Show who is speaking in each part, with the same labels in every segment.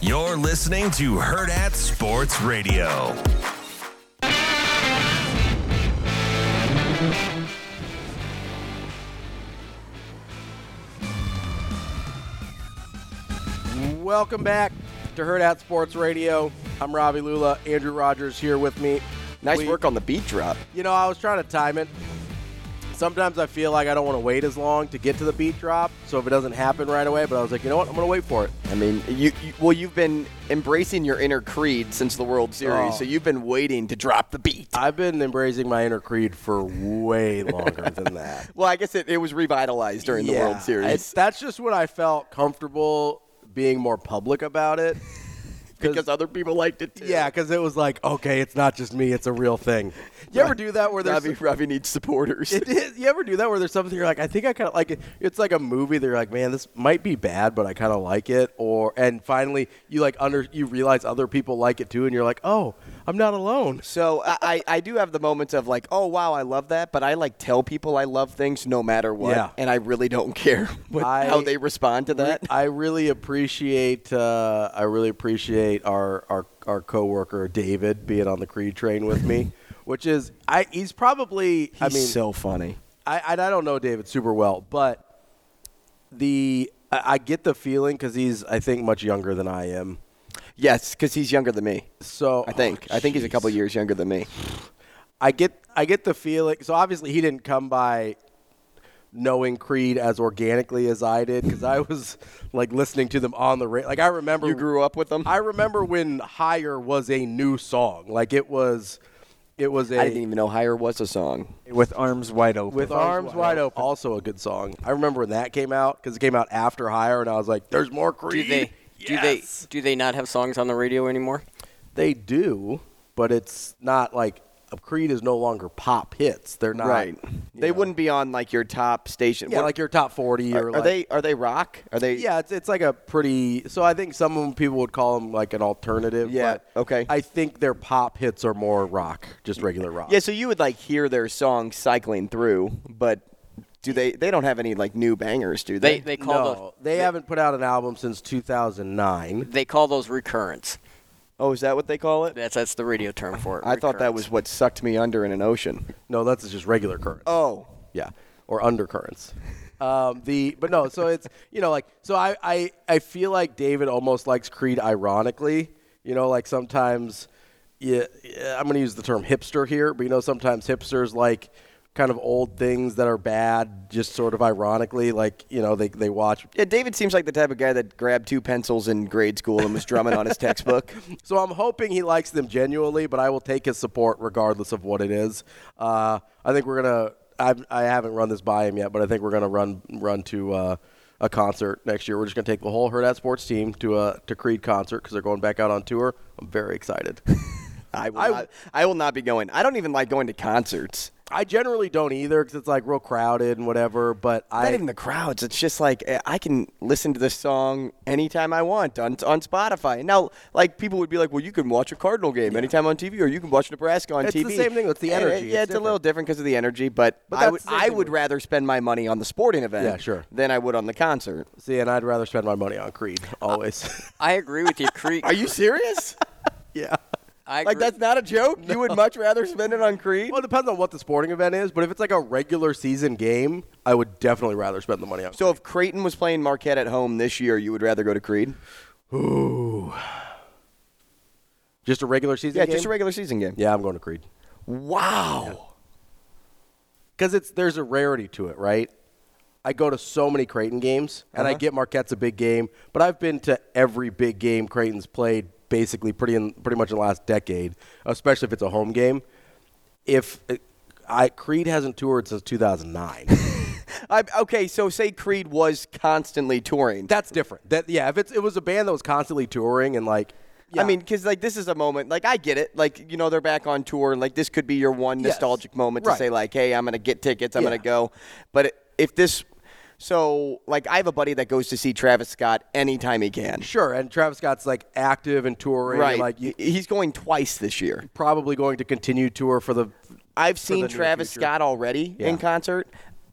Speaker 1: You're listening to Herd at Sports Radio.
Speaker 2: Welcome back to Herd at Sports Radio. I'm Robbie Lula. Andrew Rogers here with me.
Speaker 3: Nice
Speaker 2: We-
Speaker 3: work on the beat drop.
Speaker 2: You know, I was trying to time it. Sometimes I feel like I don't want to wait as long to get to the beat drop, so if it doesn't happen right away, but I was like, you know what, I'm going to wait for it.
Speaker 3: I mean, you, you well, you've been embracing your inner creed since the World Series,
Speaker 2: Oh.
Speaker 3: so you've been waiting to drop the beat.
Speaker 2: I've been embracing my inner creed for way longer than that.
Speaker 3: Well, I guess it, it was revitalized during the
Speaker 2: Yeah,
Speaker 3: World Series
Speaker 2: I- that's just when I felt comfortable being more public about it.
Speaker 3: because other people liked it too.
Speaker 2: Yeah, because it was like, okay, it's not just me; it's a real thing. You ever do that where there's
Speaker 3: Robbie, Robbie needs supporters.
Speaker 2: It is. You ever do that where there's something you're like, I think I kind of like it. It's like a movie that you're like, man, this might be bad, but I kind of like it. Or and finally you like under you realize other people like it too, and you're like, oh, I'm not alone.
Speaker 3: So I, I, I do have the moments of like, oh wow, I love that, but I like tell people I love things no matter what,
Speaker 2: Yeah.
Speaker 3: and I really don't care what,
Speaker 2: I-
Speaker 3: how they respond to that.
Speaker 2: I really appreciate uh, I really appreciate our our our coworker David being on the Creed train with me, which is I he's probably I mean
Speaker 3: funny.
Speaker 2: I, I, I don't know David super well, but the I, I get the feeling because he's I think much younger than I am.
Speaker 3: Yes, because he's younger than me.
Speaker 2: So
Speaker 3: I think.
Speaker 2: Oh,
Speaker 3: I think he's a couple
Speaker 2: jeez.
Speaker 3: years younger than me.
Speaker 2: I get I get the feeling. So obviously he didn't come by knowing Creed as organically as I did because I was like listening to them on the radio. Like I remember
Speaker 3: You grew up with them.
Speaker 2: I remember when Higher was a new song. Like it was, it was a
Speaker 3: I didn't even know "Higher" was a song.
Speaker 4: with arms wide open.
Speaker 2: with arms, wide open. Also a good song. I remember when that came out because it came out after Higher, and I was like, "There's more
Speaker 5: Do
Speaker 2: Creed."
Speaker 5: they do they
Speaker 2: Yes!
Speaker 5: do they not have songs on the radio anymore?
Speaker 2: They do, but it's not like Creed is no longer pop hits. They're not.
Speaker 3: right.
Speaker 2: you
Speaker 3: They
Speaker 2: know.
Speaker 3: wouldn't be on like your top station.
Speaker 2: Yeah,
Speaker 3: What-
Speaker 2: like your top forty or
Speaker 3: are, are
Speaker 2: like,
Speaker 3: they? Are they rock? Are they?
Speaker 2: Yeah, it's it's like a pretty. So I think some of 'em people would call them like an alternative.
Speaker 3: Yeah,
Speaker 2: but
Speaker 3: okay.
Speaker 2: I think their pop hits are more rock, just regular rock.
Speaker 3: Yeah. So you would like hear their songs cycling through, but do they? They don't have any like new bangers, do
Speaker 5: They
Speaker 3: they?
Speaker 5: they call
Speaker 2: no, they haven't put out an album since 2009.
Speaker 5: those they call those recurrents.
Speaker 3: oh, is that what they call it?
Speaker 5: That's that's the radio term for it.
Speaker 3: I thought that
Speaker 5: recurrents.
Speaker 3: was what sucked me under in an ocean.
Speaker 2: No, that's just regular current.
Speaker 3: Oh,
Speaker 2: yeah, or undercurrents. Um, the but no, so it's you know like so I, I I feel like David almost likes Creed ironically. You know, like sometimes yeah, yeah, I'm gonna use the term hipster here, but you know sometimes hipsters like kind of old things that are bad, just sort of ironically. Like you know they they watch.
Speaker 3: yeah. David seems like the type of guy that grabbed two pencils in grade school and was drumming on his textbook.
Speaker 2: So I'm hoping he likes them genuinely, but I will take his support regardless of what it is. Uh, I think we're gonna. I've, I haven't run this by him yet, but I think we're gonna run run to uh, a concert next year. We're just gonna take the whole Herd at Sports team to a to Creed concert because they're going back out on tour. I'm very excited.
Speaker 3: I will.
Speaker 2: I-
Speaker 3: not, I will not be going. I don't even like going to concerts.
Speaker 2: I generally don't either because it's like real crowded and whatever. But I
Speaker 3: not even the crowds. It's just like eh, I can listen to this song anytime I want on on Spotify. Now, like people would be like, "Well, you can watch a Cardinal game anytime on TV, or you can watch Nebraska on
Speaker 2: It's the
Speaker 3: TV."
Speaker 2: same thing, it's the
Speaker 3: And, eh,
Speaker 2: energy,
Speaker 3: yeah, it's,
Speaker 2: it's
Speaker 3: a little different because of the energy, but,
Speaker 2: But
Speaker 3: I
Speaker 2: that's
Speaker 3: would
Speaker 2: the same
Speaker 3: I
Speaker 2: thing
Speaker 3: would
Speaker 2: with-
Speaker 3: rather spend my money on the sporting event,
Speaker 2: Yeah, sure.
Speaker 3: than I would on the concert.
Speaker 2: see, and I'd rather spend my money on Creed always.
Speaker 5: I agree with you, Creed.
Speaker 3: Uh, Are you serious?
Speaker 2: yeah.
Speaker 5: I agree.
Speaker 3: like that's not a joke. You would much rather spend it on Creed.
Speaker 2: Well, it depends on what the sporting event is, but if it's like a regular season game, I would definitely rather spend the money on.
Speaker 3: So if Creighton was playing Marquette at home this year, you would rather go to Creed?
Speaker 2: just a regular season.
Speaker 3: Yeah,
Speaker 2: game?
Speaker 3: just a regular season game.
Speaker 2: Yeah, I'm going to Creed.
Speaker 3: Wow.
Speaker 2: Because it's there's a rarity to it, right? I go to so many Creighton games, and
Speaker 3: Uh-huh.
Speaker 2: I get Marquette's a big game, but I've been to every big game Creighton's played basically pretty in, pretty much in the last decade, especially if it's a home game. If uh, I Creed hasn't toured since 2009,
Speaker 3: I, okay, so say Creed was constantly touring.
Speaker 2: that's different. That yeah, if it's it was a band that was constantly touring and like Yeah.
Speaker 3: I mean, because like this is a moment. Like I get it. Like you know they're back on tour, and like this could be your one
Speaker 2: Yes.
Speaker 3: nostalgic moment
Speaker 2: Right.
Speaker 3: to say like, hey, I'm gonna get tickets. I'm
Speaker 2: Yeah.
Speaker 3: gonna go. But it- if this, so like I have a buddy that goes to see Travis Scott anytime he can.
Speaker 2: sure. And Travis Scott's like active and touring. and,
Speaker 3: Right.
Speaker 2: Like you,
Speaker 3: He's going twice this year.
Speaker 2: probably going to continue tour for the.
Speaker 3: I've
Speaker 2: the
Speaker 3: seen
Speaker 2: near
Speaker 3: Travis
Speaker 2: future.
Speaker 3: Scott already
Speaker 2: Yeah.
Speaker 3: in concert.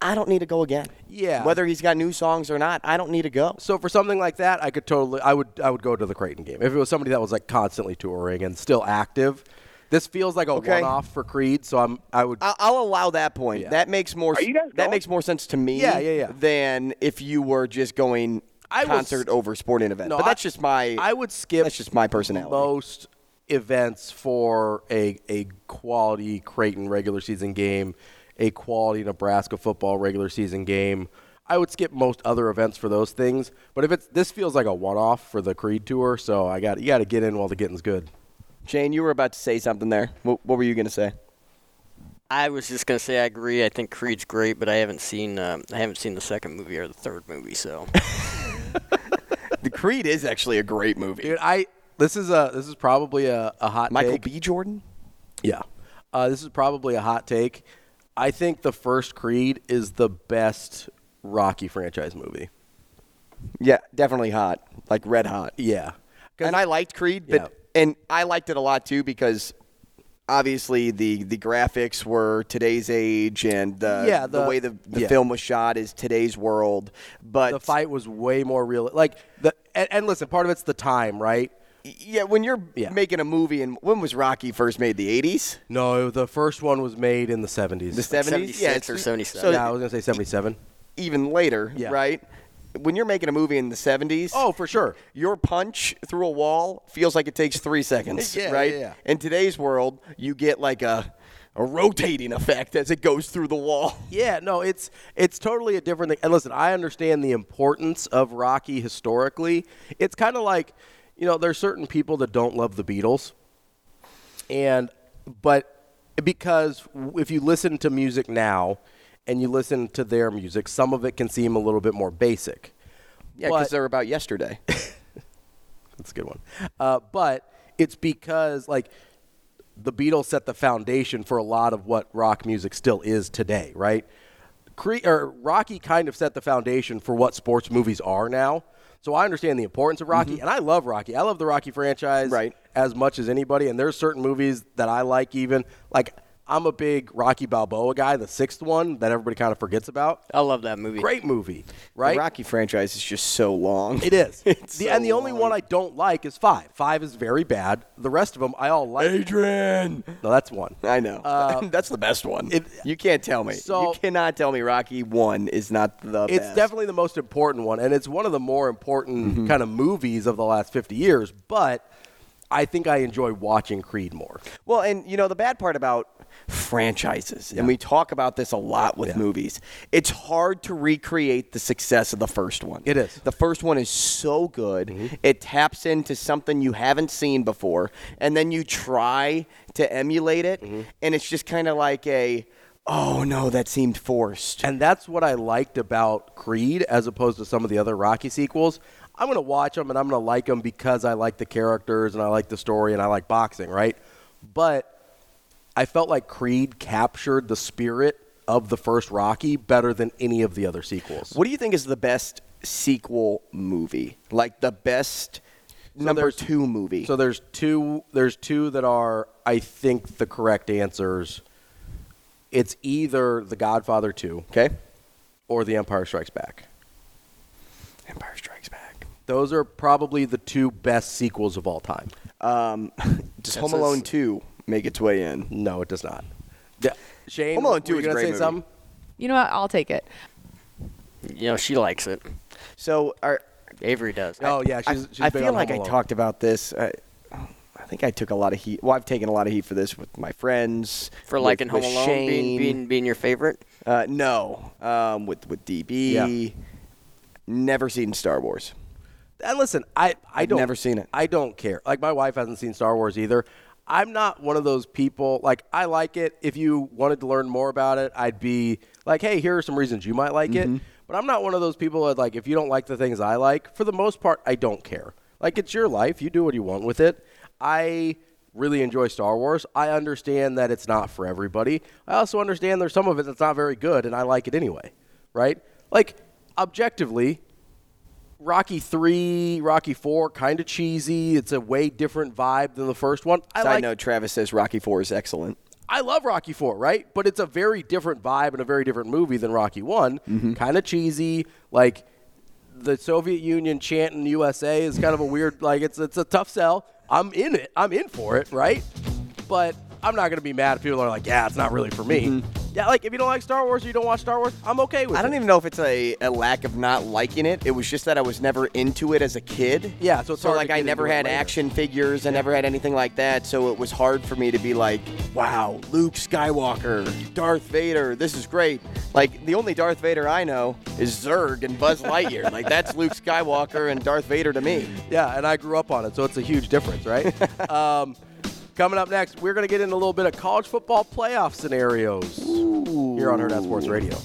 Speaker 3: I don't need to go again.
Speaker 2: Yeah.
Speaker 3: Whether he's got new songs or not, I don't need to go.
Speaker 2: So for something like that, I could totally. I would. I would go to the Creighton game if it was somebody that was like constantly touring and still active. This feels like a
Speaker 3: Okay.
Speaker 2: one-off for Creed, so I'm. I would.
Speaker 3: I'll, I'll allow that point.
Speaker 2: Yeah.
Speaker 3: That makes more.
Speaker 4: you guys
Speaker 3: that
Speaker 4: going?
Speaker 3: makes more sense to me.
Speaker 2: Yeah, yeah, yeah.
Speaker 3: Than if you were just going
Speaker 2: I will
Speaker 3: concert
Speaker 2: s-
Speaker 3: over sporting event.
Speaker 2: No,
Speaker 3: but
Speaker 2: I-
Speaker 3: that's just my.
Speaker 2: I would skip.
Speaker 3: That's just my personality.
Speaker 2: Most events for a a quality Creighton regular season game, a quality Nebraska football regular season game. I would skip most other events for those things, but if it's this feels like a one-off for the Creed tour, so I got you got to get in while the getting's good.
Speaker 3: Jane, you were about to say something there. What, what were you going to say?
Speaker 5: I was just gonna say I agree. I think Creed's great, but I haven't seen um, I haven't seen the second movie or the third movie. So
Speaker 3: The Creed is actually a great movie.
Speaker 2: Dude, I this is a this is probably a, a hot
Speaker 3: Michael
Speaker 2: take.
Speaker 3: B. Jordan.
Speaker 2: Yeah. Uh, this is probably a hot take. I think the first Creed is the best Rocky franchise movie.
Speaker 3: Yeah, definitely hot. Like red hot.
Speaker 2: Yeah. 'Cause-
Speaker 3: And I liked Creed, but and I liked it a lot too because obviously the the graphics were today's age and the
Speaker 2: Yeah,
Speaker 3: the,
Speaker 2: the-
Speaker 3: way the, the
Speaker 2: yeah.
Speaker 3: film was shot is today's world. But
Speaker 2: the fight was way more real. Like the and, and listen, part of it's the time, right?
Speaker 3: yeah, when you're
Speaker 2: Yeah.
Speaker 3: making a movie and when was Rocky first made? The 80s,
Speaker 2: No, the first one was made in the seventies.
Speaker 3: the 70s, yeah,
Speaker 5: 76 or
Speaker 3: it's-
Speaker 5: 77.
Speaker 3: So
Speaker 2: yeah, I was gonna say seventy-seven.
Speaker 3: even later,
Speaker 2: Yeah.
Speaker 3: right? When you're making a movie in the 70s,
Speaker 2: Oh, for sure.
Speaker 3: your punch through a wall feels like it takes three seconds,
Speaker 2: Yeah,
Speaker 3: right?
Speaker 2: yeah, yeah.
Speaker 3: In today's world, you get like a, a rotating effect as it goes through the wall.
Speaker 2: Yeah, no, it's it's totally a different thing. And listen, I understand the importance of Rocky historically. It's kind of like, you know, there's certain people that don't love the Beatles, and but because if you listen to music now and you listen to their music, some of it can seem a little bit more basic.
Speaker 3: Yeah, because
Speaker 2: But-
Speaker 3: they're about yesterday.
Speaker 2: That's a good one. Uh, but it's because like the Beatles set the foundation for a lot of what rock music still is today, right? Cre- or Rocky kind of set the foundation for what sports movies are now. So I understand the importance of Rocky, and I love Rocky. I love the Rocky franchise
Speaker 3: Mm-hmm. Right.
Speaker 2: as much as anybody. And there's certain movies that I like, even like I'm a big Rocky Balboa guy, the sixth one that everybody kind of forgets about.
Speaker 5: I love that movie.
Speaker 2: Great movie, right?
Speaker 3: Uh, The Rocky franchise is just so long.
Speaker 2: It is.
Speaker 3: It's
Speaker 2: the,
Speaker 3: so
Speaker 2: and the only
Speaker 3: long.
Speaker 2: one I don't like is five. Five is very bad. The rest of them I all like.
Speaker 3: Adrian.
Speaker 2: No, that's one.
Speaker 3: I know. That's the best one.
Speaker 2: Uh, it-
Speaker 3: you can't tell me.
Speaker 2: So-
Speaker 3: you cannot tell me Rocky 1 is not the
Speaker 2: It's
Speaker 3: best. Mm-hmm.
Speaker 2: definitely the most important one, and it's one of the more important kind of movies of the last 50 years, but I think I enjoy watching Creed more.
Speaker 3: Well, and you know the bad part about franchises, and we talk about this a lot with movies. It's hard to recreate the success of the first one.
Speaker 2: It is. Mm-hmm.
Speaker 3: The first one is so good. It taps into something you haven't seen before, and then you try to emulate it,
Speaker 2: Mm-hmm.
Speaker 3: and it's just kind of like a, oh no, that seemed forced.
Speaker 2: And that's what I liked about Creed as opposed to some of the other Rocky sequels. I'm going to watch them and I'm going to like them because I like the characters and I like the story and I like boxing, right? But I felt like Creed captured the spirit of the first Rocky better than any of the other sequels.
Speaker 3: What do you think is the best sequel movie? Like the best number
Speaker 2: there's-
Speaker 3: two movie?
Speaker 2: So there's two there's two that are I think the correct answers. It's either The Godfather 2
Speaker 3: okay.
Speaker 2: or The Empire Strikes Back.
Speaker 3: Empire Strikes Back.
Speaker 2: Those are probably the two best sequels of all time.
Speaker 3: Um, does Home
Speaker 5: a s-
Speaker 3: Alone 2 make its way in?
Speaker 2: No, it does not. Yeah. Shane,
Speaker 3: Home Alone
Speaker 2: were
Speaker 3: 2
Speaker 2: you
Speaker 3: is a
Speaker 2: gonna
Speaker 3: great
Speaker 2: say
Speaker 3: movie.
Speaker 2: something?
Speaker 6: You know what? I'll take it.
Speaker 5: You know she likes it.
Speaker 3: So are,
Speaker 5: Avery does.
Speaker 2: Oh yeah,
Speaker 3: I,
Speaker 2: she's. she's
Speaker 3: I
Speaker 2: big
Speaker 3: feel
Speaker 2: on
Speaker 3: like I
Speaker 2: Home Alone.
Speaker 3: talked about this. I, I think I took a lot of heat. Well, I've taken a lot of heat for this with my friends.
Speaker 5: For
Speaker 3: with-
Speaker 5: liking Home
Speaker 3: with
Speaker 5: Alone
Speaker 3: Shane.
Speaker 5: being, being being your favorite.
Speaker 3: Uh, no, um, with with DB. Never seen Star Wars.
Speaker 2: And Uh, listen, I I
Speaker 3: I've
Speaker 2: don't
Speaker 3: never seen it.
Speaker 2: I don't care. Like my wife hasn't seen Star Wars either. I'm not one of those people. Like I like it. If you wanted to learn more about it, I'd be like, hey, here are some reasons
Speaker 3: Mm-hmm.
Speaker 2: you might like it. But I'm not one of those people that like if you don't like the things I like. For the most part, I don't care. Like it's your life. You do what you want with it. I really enjoy Star Wars. I understand that it's not for everybody. I also understand there's some of it that's not very good, and I like it anyway, right? Like objectively, Rocky three, Rocky four, kind of cheesy. It's a way different vibe than the first one. I
Speaker 3: Side
Speaker 2: like,
Speaker 3: note: Travis says Rocky Four is excellent.
Speaker 2: I love Rocky Four, right? But it's a very different vibe and a very different movie than Rocky One. Kind of cheesy, like the Soviet Union chanting USA is kind of a weird, like it's it's a tough sell. I'm in it. I'm in for it, right? But I'm not gonna be mad if people are like, yeah, it's not really for me. Yeah, like if you don't like Star Wars or you don't watch Star Wars, I'm okay with
Speaker 3: I
Speaker 2: it.
Speaker 3: don't even know if it's a, a lack of not liking it. It was just that I was never into it as a kid.
Speaker 2: Yeah, so it's
Speaker 3: so
Speaker 2: hard to
Speaker 3: like I
Speaker 2: get
Speaker 3: never
Speaker 2: into it
Speaker 3: had
Speaker 2: later.
Speaker 3: action figures. I never had anything like that. So it was hard for me to be like, wow, Luke Skywalker, Darth Vader, this is great. Like the only Darth Vader I know is Zurg and Buzz Lightyear. like that's Luke Skywalker and Darth Vader to me.
Speaker 2: Yeah, and I grew up on it, so it's a huge difference, right? um, coming up next, we're going to get into a little bit of college football playoff scenarios here on Herd Out Sports Radio.